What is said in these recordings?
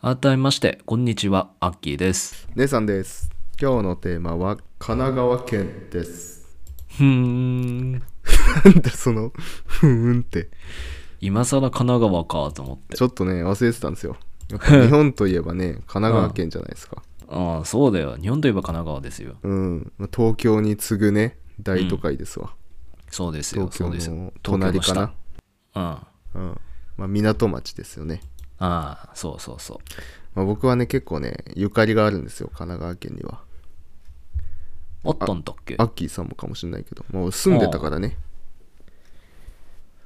改めましてこんにちはアッキーです姉さんです。今日のテーマは神奈川県です。ふーん なんでそのふーんって今更神奈川かと思ってちょっとね忘れてたんですよ。やっぱ日本といえばね神奈川県じゃないですか。 ああそうだよ日本といえば神奈川ですようん、まあ東京に次ぐね大都会ですわ。そうですよそうで東す京よの隣かな。うんあうん、まあ港町ですよね。あそうそうそうまあ、僕はね結構ねゆかりがあるんですよ神奈川県にはおったんだっけアッキーさんもかもしれないけどもう住んでたからね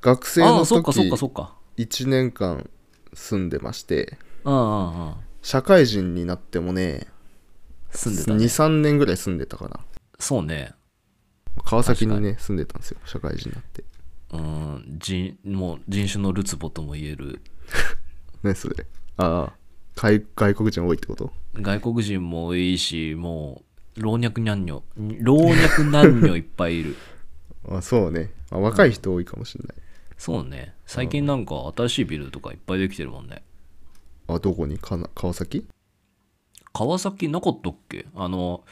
学生ああのそっかそっかそ時っか1年間住んでましてうんうんうん社会人になってもね住んでたね23年ぐらい住んでたかなそうね川崎にね住んでたんですよ社会人になってうん人もう人種のるつぼとも言えるねそれああ外外国人多いってこと外国人も多いしもう老若男女老若男女いっぱいいるあそうね、あ、若い人多いかもしれない、そうね最近なんか新しいビルとかいっぱいできてるもんねあどこにかな川崎川崎なかったっけあの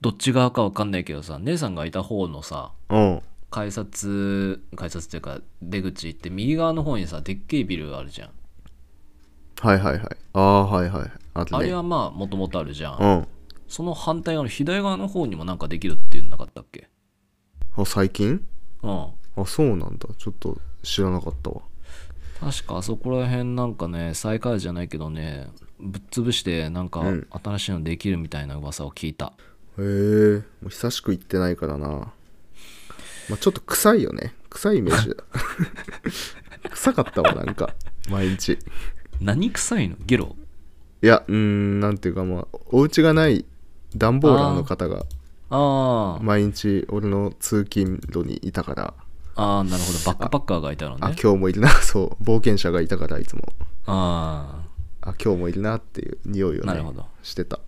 どっち側かわかんないけどさ姉さんがいた方のさうん改札改札っていうか出口行って右側の方にさでっけえビルがあるじゃんはいはいはいああはいはいあとあねれはまあもともとあるじゃんうんその反対側の左側の方にもなんかできるっていうのなかったっけあ最近うんあそうなんだちょっと知らなかったわ確かあそこら辺なんかね再開じゃないけどねぶっ潰してなんかうん新しいのできるみたいな噂を聞いた、へえもう久しく行ってないからな、まあ、ちょっと臭いよね臭いイメージだ 臭かったわなんか毎日何臭いのゲロいやうーんなんていうかまあお家がない段ボーラーの方があー、毎日俺の通勤路にいたからあーなるほどバックパッカーがいたのあね今日もいるな そう冒険者がいたからいつもああ今日もいるなっていう匂いをなるねほどしてた、あ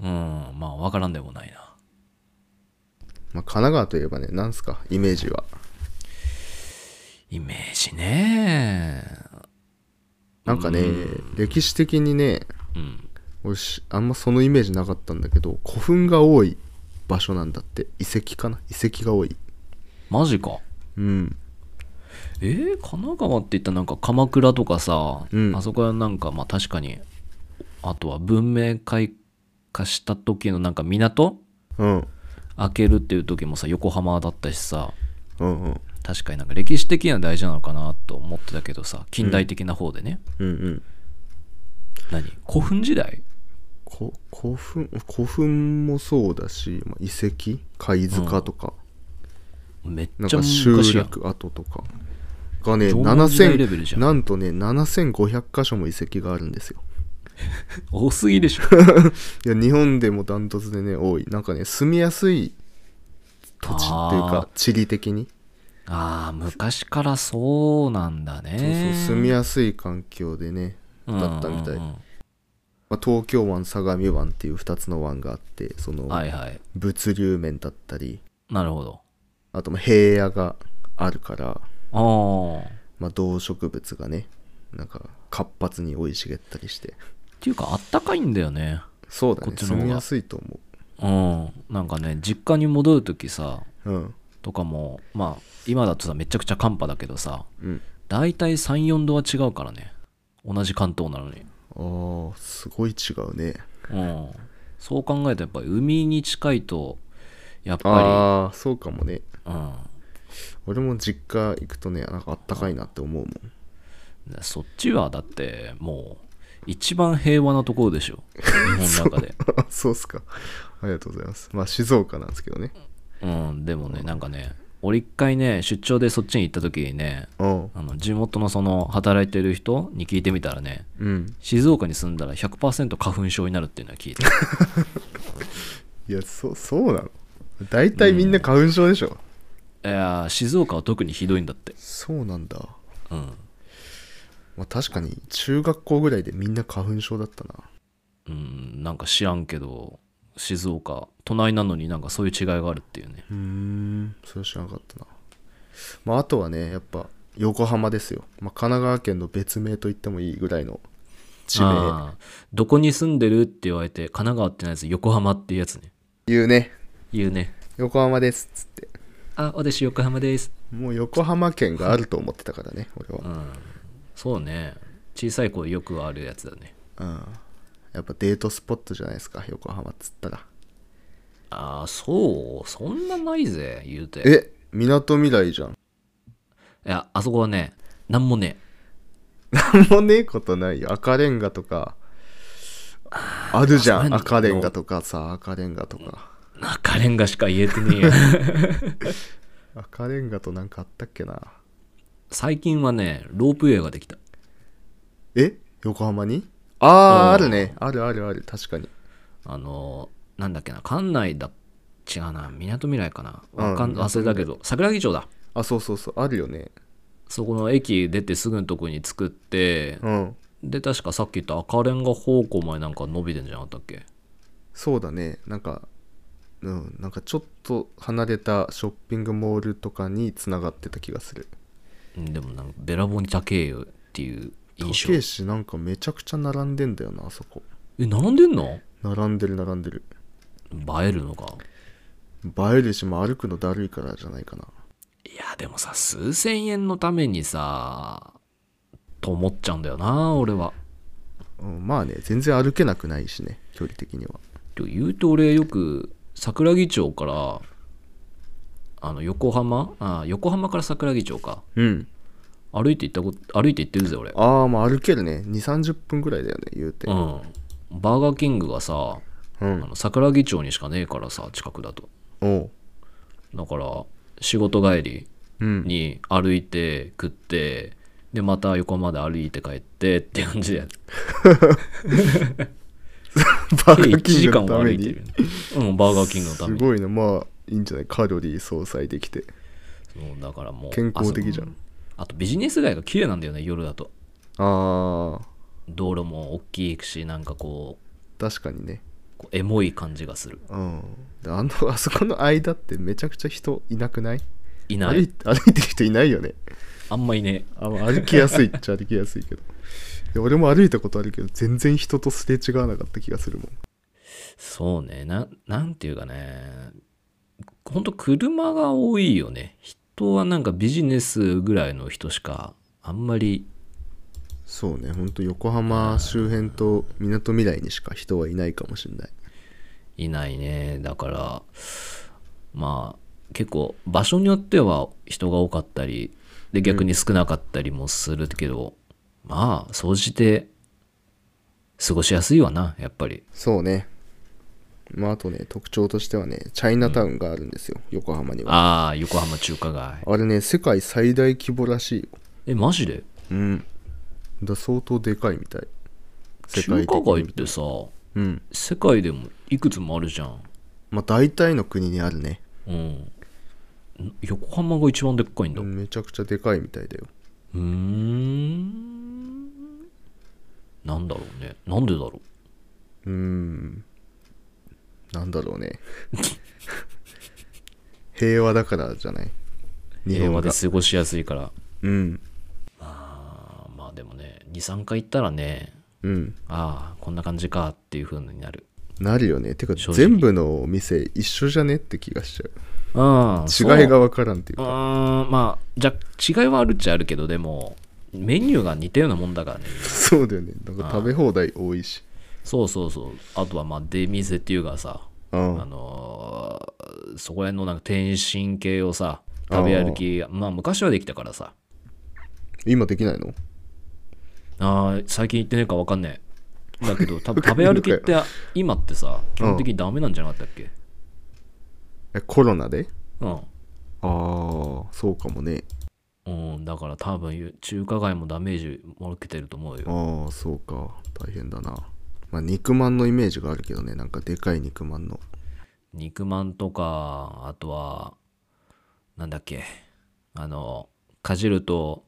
うんまあわからんでもないなまあ、神奈川といえばねなんすかイメージはイメージねなんかね、歴史的にねうん俺しあんまそのイメージなかったんだけど古墳が多い場所なんだって遺跡かな遺跡が多いマジかうんえー、神奈川って言ったらなんか鎌倉とかさ、うんあそこはなんかまあ確かにあとは文明開化した時のなんか港うん開けるっていう時もさ横浜だったしさうんうん確かになんか歴史的には大事なのかなと思ってたけどさ近代的な方でね、うんうん何古墳時代こ古墳古墳もそうだし、まあ、遺跡貝塚とか、めっなんちゃか昔集やん落跡とかがね縄文時代レベルじゃん7000なんとね7500箇所も遺跡があるんですよ多すぎで しょいや日本でもダントツでね多いなんかね住みやすい土地っていうあか地理的にあー昔からそうなんだそうそねう住みやすい環境でねだったみたいうんうんまあ、東京湾相模湾っていう2つの湾があってそうんのはいはい物流面だったりなるほどあとまあ平野があるから、ああまあ、動植物がねなんか活発に生い茂ったりしてっていうかあったかいんだよねそうだこねっちの方が住みやすいと思うんなんかね実家に戻る時さううんとかもまあ今だとさめちゃくちゃ寒波だけどさうん大体34度は違うからね同じ関東なのにあーすごい違うねうんそう考えたらやっぱり海に近いとやっぱああそうかもねりうん俺も実家行くとねなんかあったかいなって思うもん そっちはだってもう一番平和なところでしょ日本の中 でそうっすかありがとうございますまあ静岡なんですけどねうんでもねなんかね俺一回ね出張でそっちに行った時にねうんあの地元のその働いてる人に聞いてみたらねうん静岡に住んだら100%花粉症になるっていうのは聞いたいやそそうなの大体みんな花粉症でしょ、いやー静岡は特にひどいんだってそうなんだ、うん、まあ、確かに中学校ぐらいでみんな花粉症だったなうん、なんか知らんけど静岡都内なのになんかそういう違いがあるっていうねうーんそれは知らなかったな、まあ、あとはねやっぱ横浜ですよ、まあ、神奈川県の別名と言ってもいいぐらいの地名あーどこに住んでるって言われて神奈川ってのやつ横浜っていうやつね言うね言うね横浜ですっつってあ私横浜ですもう横浜県があると思ってたからね俺うは、んそうね小さい頃よくあるやつだねうん、やっぱデートスポットじゃないですか横浜っつったらああそうそんなないぜ言うていえみなとみらいじゃんやあそこはねなんも ねなんもねえことないよ赤レンガとかあるじゃんあ赤レンガとかさ赤レンガとかえ中レンガしか言えてねえ よ赤レンガとなんかあったっけな最近はねロープウェイができたえ横浜にあああーあるねあるあるある確かにあのなんだっけな館内だ違うなみなとみらいかなわかうんん忘れたけど桜木町だあそうそうそうあるよねそこの駅出てすぐのとこに作って、うんで確かさっき言った赤レンガ方向までなんか伸びてんじゃなかったっけそうだねなんかうんなんかちょっと離れたショッピングモールとかにつながってた気がするうんでもなんかべらぼうに高えよっていう印高象えしなんかめちゃくちゃ並んでんだよなあそこえ並んでんの並んでる並んでる映えるのか映えるしも歩くのだるいからじゃないかないやでもさ数千円のためにさと思っちゃうんだよな俺はうん、まあね全然歩けなくないしね距離的にはてか言うと俺よく桜木町からあの横浜あ横浜から桜木町かうん歩いて行ったこと歩いて行ってるぜ俺ああまあ歩けるね2 3 0分ぐらいだよね言うてうんバーガーキングがさうん、あの桜木町にしかねえからさ近くだとおうだから仕事帰りうんに歩いて食ってでまた横まで歩いて帰ってって感じでバーガ1ーキ時ング間のはた歩めいてにるうんバーガーキングのたすめにごいなまあいいんじゃないカロリー相殺できてそうだからもう健康的じゃあそんあとビジネス街が綺麗なんだよね夜だとああ道路も大きいしなんかこう確かにねこうエモい感じがするうんであのあそこの間ってめちゃくちゃ人いなくないいな歩いい歩いてる人いないよねあんまいねあまあ歩きやすいっちゃ歩きやすいけどいや俺も歩いたことあるけど全然人とすれ違わなかった気がするもんそうねななんていうかねほんと車が多いよね人はなんかビジネスぐらいの人しかあんまりそうねほんと横浜周辺とみなとみらいにしか人はいないかもしんないいないねだからまあ結構場所によっては人が多かったりで逆に少なかったりもするけど、まあ総じて過ごしやすいわなやっぱりそうねまああとね特徴としてはねチャイナタウンがあるんですよ、横浜にはああ横浜中華街あれね世界最大規模らしいよえマジでうんだ相当でかいみたい中華に街ってさうん世界でもいくつもあるじゃんまあ大体の国にあるねうんん横浜が一番でっかいんだうめちゃくちゃでかいみたいだよーんなんだろうねなんでだろううーんなんだろうね 平和だからじゃない日平本が和で過ごしやすいからうんあーまあでもね23回行ったらねうんああこんな感じかっていう風になるなるよねてか正直全部のお店一緒じゃねって気がしちゃうんう違いが分からんっていううかーんまあじゃ違いはあるっちゃあるけどでもメニューが似たようなもんだからね そうだよねなんか食べ放題多いしそうそうそうあとはまあ出店っていうかさ、うんあのーそこら辺のなんか天津系をさ食べ歩きまあ昔はできたからさ今できないのあー最近行ってねえか分かんねえだけど多分食べ歩き って今ってさ基本的にダメなんじゃなかったっけえコロナでうんああそうかもねうん、だから多分中華街もダメージも受けてると思うよ。ああそうか大変だなまあ肉まんのイメージがあるけどねなんかでかい肉まんの肉まんとか、あとは、なんだっけ、あの、かじると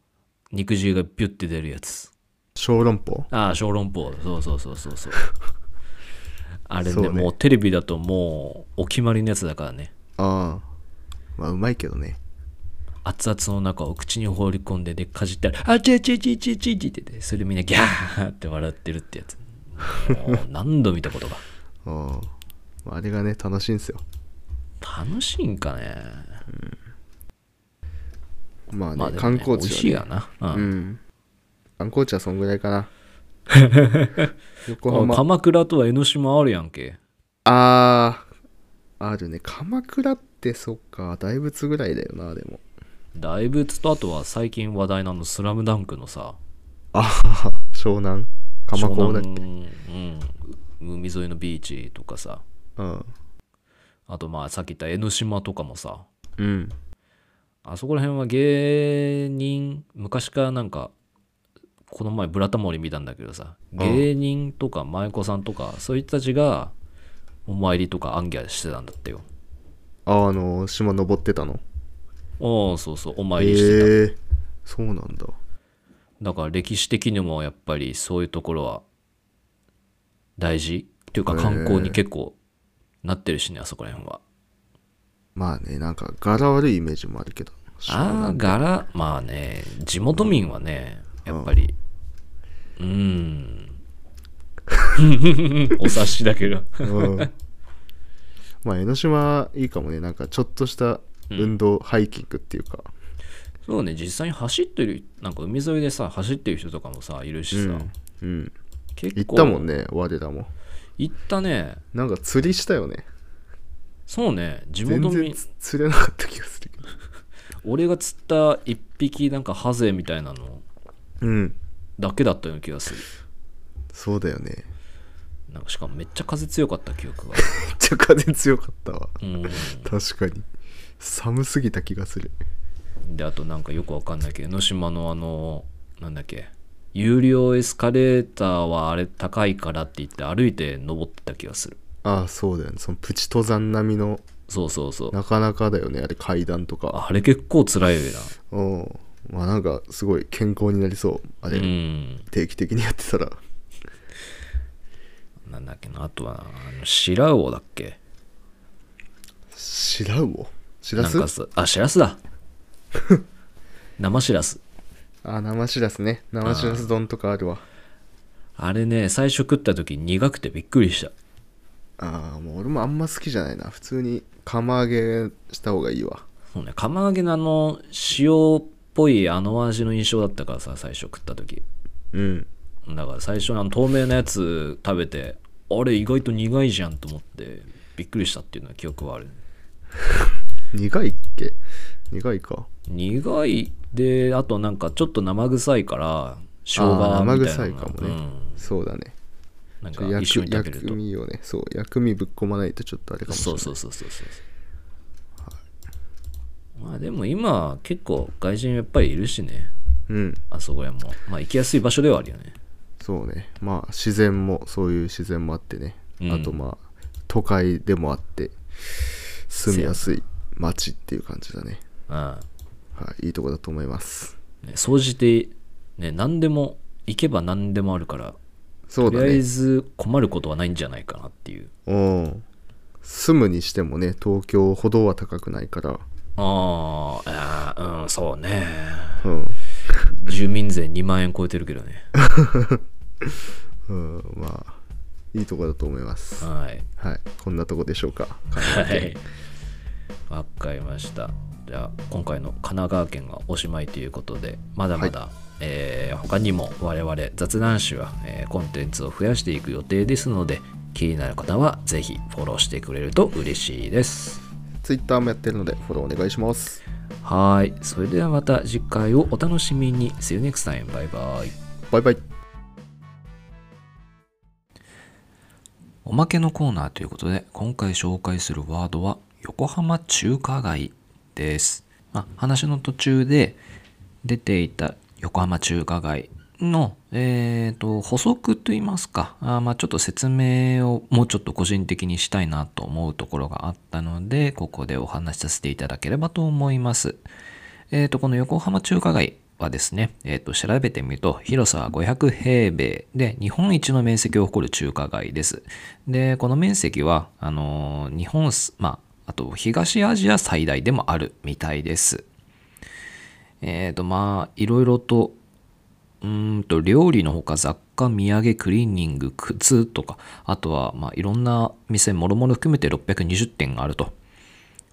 肉汁がビュッて出るやつ。小籠包ああ、小籠包。そうそうそうそうそう。あれねそうねもうテレビだともうお決まりのやつだからね。ああまあうまいけどね熱々の中を口に放り込んででかじったら「あちちちちちち」って言ってそれみんなギャーって笑ってるってやつもう何度見たことかああまああれがね楽しいんすよ楽しいんかねまあね,、まあでもね観光美味地しいは、やね、な、ううんん観光地はそんぐらい かな横あ浜鎌倉とは江ノ島あるやんけあああるね鎌倉ってそっか大仏ぐらいだよなでも大仏とあとは最近話題なの「スラムダンクのさああ湘南鎌湘倉だっけ南うん、海沿いのビーチとかさうんあとまあさっき言った江ノ島とかもさうんあそこら辺は芸人昔からなんかこの前「ブラタモリ」見たんだけどさ芸人とか舞妓さんとかそういう人たちがお参りとかアンギャしてたんだってよああの島登ってたのおおそうそうお参えりしてた、えそうなんだだから歴史的にもやっぱりそういうところは大事っていうか観光に結構なってるしねあそこら辺はまあねなんか柄悪いイメージもあるけどああ柄まあね地元民はねやっぱりうん お察しだけどうん まあ江ノ島いいかもねなんかちょっとした運動、ハイキングっていうか そうね実際に走ってるなんか海沿いでさ走ってる人とかもさいるしさ、うん結行構ったもんね我らも行ったねなんか釣りしたよねそうね地全元然民つ釣れなかった気がするけど俺が釣った一匹なんかハゼみたいなのうんだけだったような気がするそうだよねなんかしかもめっちゃ風強かった記憶がめっちゃ風強かったわうん確かに寒すぎた気がするであとなんかよくわかんないけど江ノ島のあのなんだっけ有料エスカレーターはあれ高いからって言って歩いて登ってた気がするああそうだよねそのプチ登山並みのそうそうそうなかなかだよねあれ階段とかあれ結構辛いよなうんまあなんかすごい健康になりそうあれ、うん定期的にやってたらなんだっけなあとはあの白魚だっけ白魚しらなんすかさあしらす だ生しらすあ生しらすね生しらす丼とかあるわあれね最初食った時苦くてびっくりしたああもう俺もあんま好きじゃないな普通に釜揚げした方がいいわそうね釜揚げのあの塩っぽいあの味の印象だったからさ最初食った時うんだから最初のあの透明なやつ食べてあれ意外と苦いじゃんと思ってびっくりしたっていうのは記憶はある苦いっけ苦いか苦いであとなんかちょっと生臭いから生姜みたいなのがあー生臭いかもねうんそうだねなんちょか一緒に食べる薬と味をねそう薬味ぶっ込まないとちょっとあれかもしれそないうそうそうそうそうまあでも今結構外人やっぱりいるしねうんあそこやもまあ行きやすい場所ではあるよねそうねまあ自然もそういう自然もあってね、うんあとまあ都会でもあって住みやすい街っていう感じだねうんはい、いいとこだと思いますね総じてね何でも行けば何でもあるからそうだとりあえねず困ることはないんじゃないかなっていううん住むにしてもね東京ほどは高くないからあーあーうんそうねうん、住民税2万円超えてるけどね うん、まあいいとこだと思いますはいはいこんなとこでしょうかはいわかりましたじゃあ今回の神奈川県がおしまいということでまだまだ、えー他にも我々雑談誌は、えーコンテンツを増やしていく予定ですので気になる方はぜひフォローしてくれると嬉しいです。 Twitter もやってるのでフォローお願いしますはい。それではまた次回をお楽しみに。See you next time. バイバイ。バイバイおまけのコーナーということで、今回紹介するワードは、横浜中華街です。あ話の途中で出ていた横浜中華街の、えー、と補足といいますかあー、まあ、ちょっと説明をもうちょっと個人的にしたいなと思うところがあったのでここでお話しさせていただければと思います。えー、とこの横浜中華街はですね、えー、と調べてみると広さは500平米で日本一の面積を誇る中華街です。でこの面積はあのー日本す、まあ、あと東アジア最大でもあるみたいです。えー、とまあいろいろとうーんと料理のほか雑貨土産クリーニング靴とかあとはまあいろんな店もろもろ含めて620店があると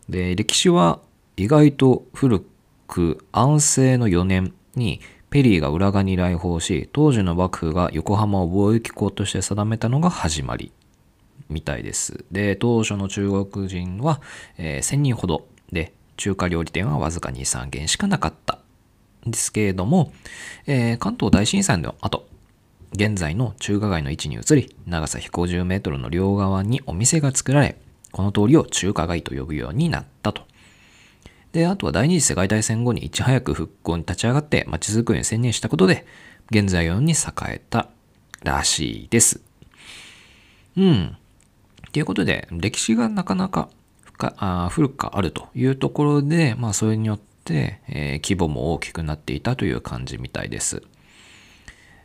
で歴史は意外と古く安政の4年にペリーが浦賀に来訪し当時の幕府が横浜を貿易港として定めたのが始まりみたいですで当初の中国人は、えー1000人ほどで中華料理店はわずか23軒しかなかったんですけれども、えー関東大震災の後現在の中華街の位置に移り長さ150メートルの両側にお店が作られこの通りを中華街と呼ぶようになったとであとは第二次世界大戦後にいち早く復興に立ち上がって街づくりに専念したことで現在のように栄えたらしいですうんということで歴史がなかなか深あー古くあるというところで、まあ、それによって、えー規模も大きくなっていたという感じみたいです。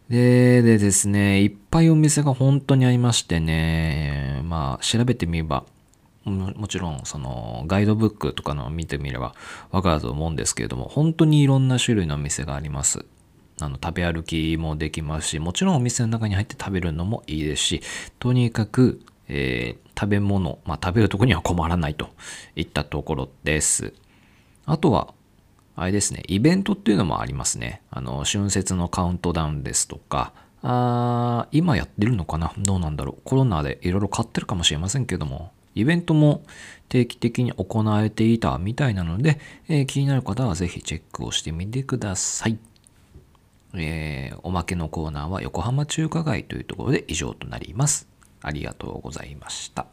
ででですねいっぱいお店が本当にありましてねまあ調べてみればももちろんそのガイドブックとかのを見てみればわかると思うんですけれども本当にいろんな種類のお店があります。あの食べ歩きもできますしもちろんお店の中に入って食べるのもいいですしとにかく、えー食べ物、まあ、食べるとこには困らないといったところです。あとは、あれですね、イベントっていうのもありますね。あの、春節のカウントダウンですとか、あー今やってるのかなどうなんだろう。コロナでいろいろ買ってるかもしれませんけども、イベントも定期的に行われていたみたいなので、えー気になる方はぜひチェックをしてみてください。えーおまけのコーナーは横浜中華街というところで以上となります。ありがとうございました。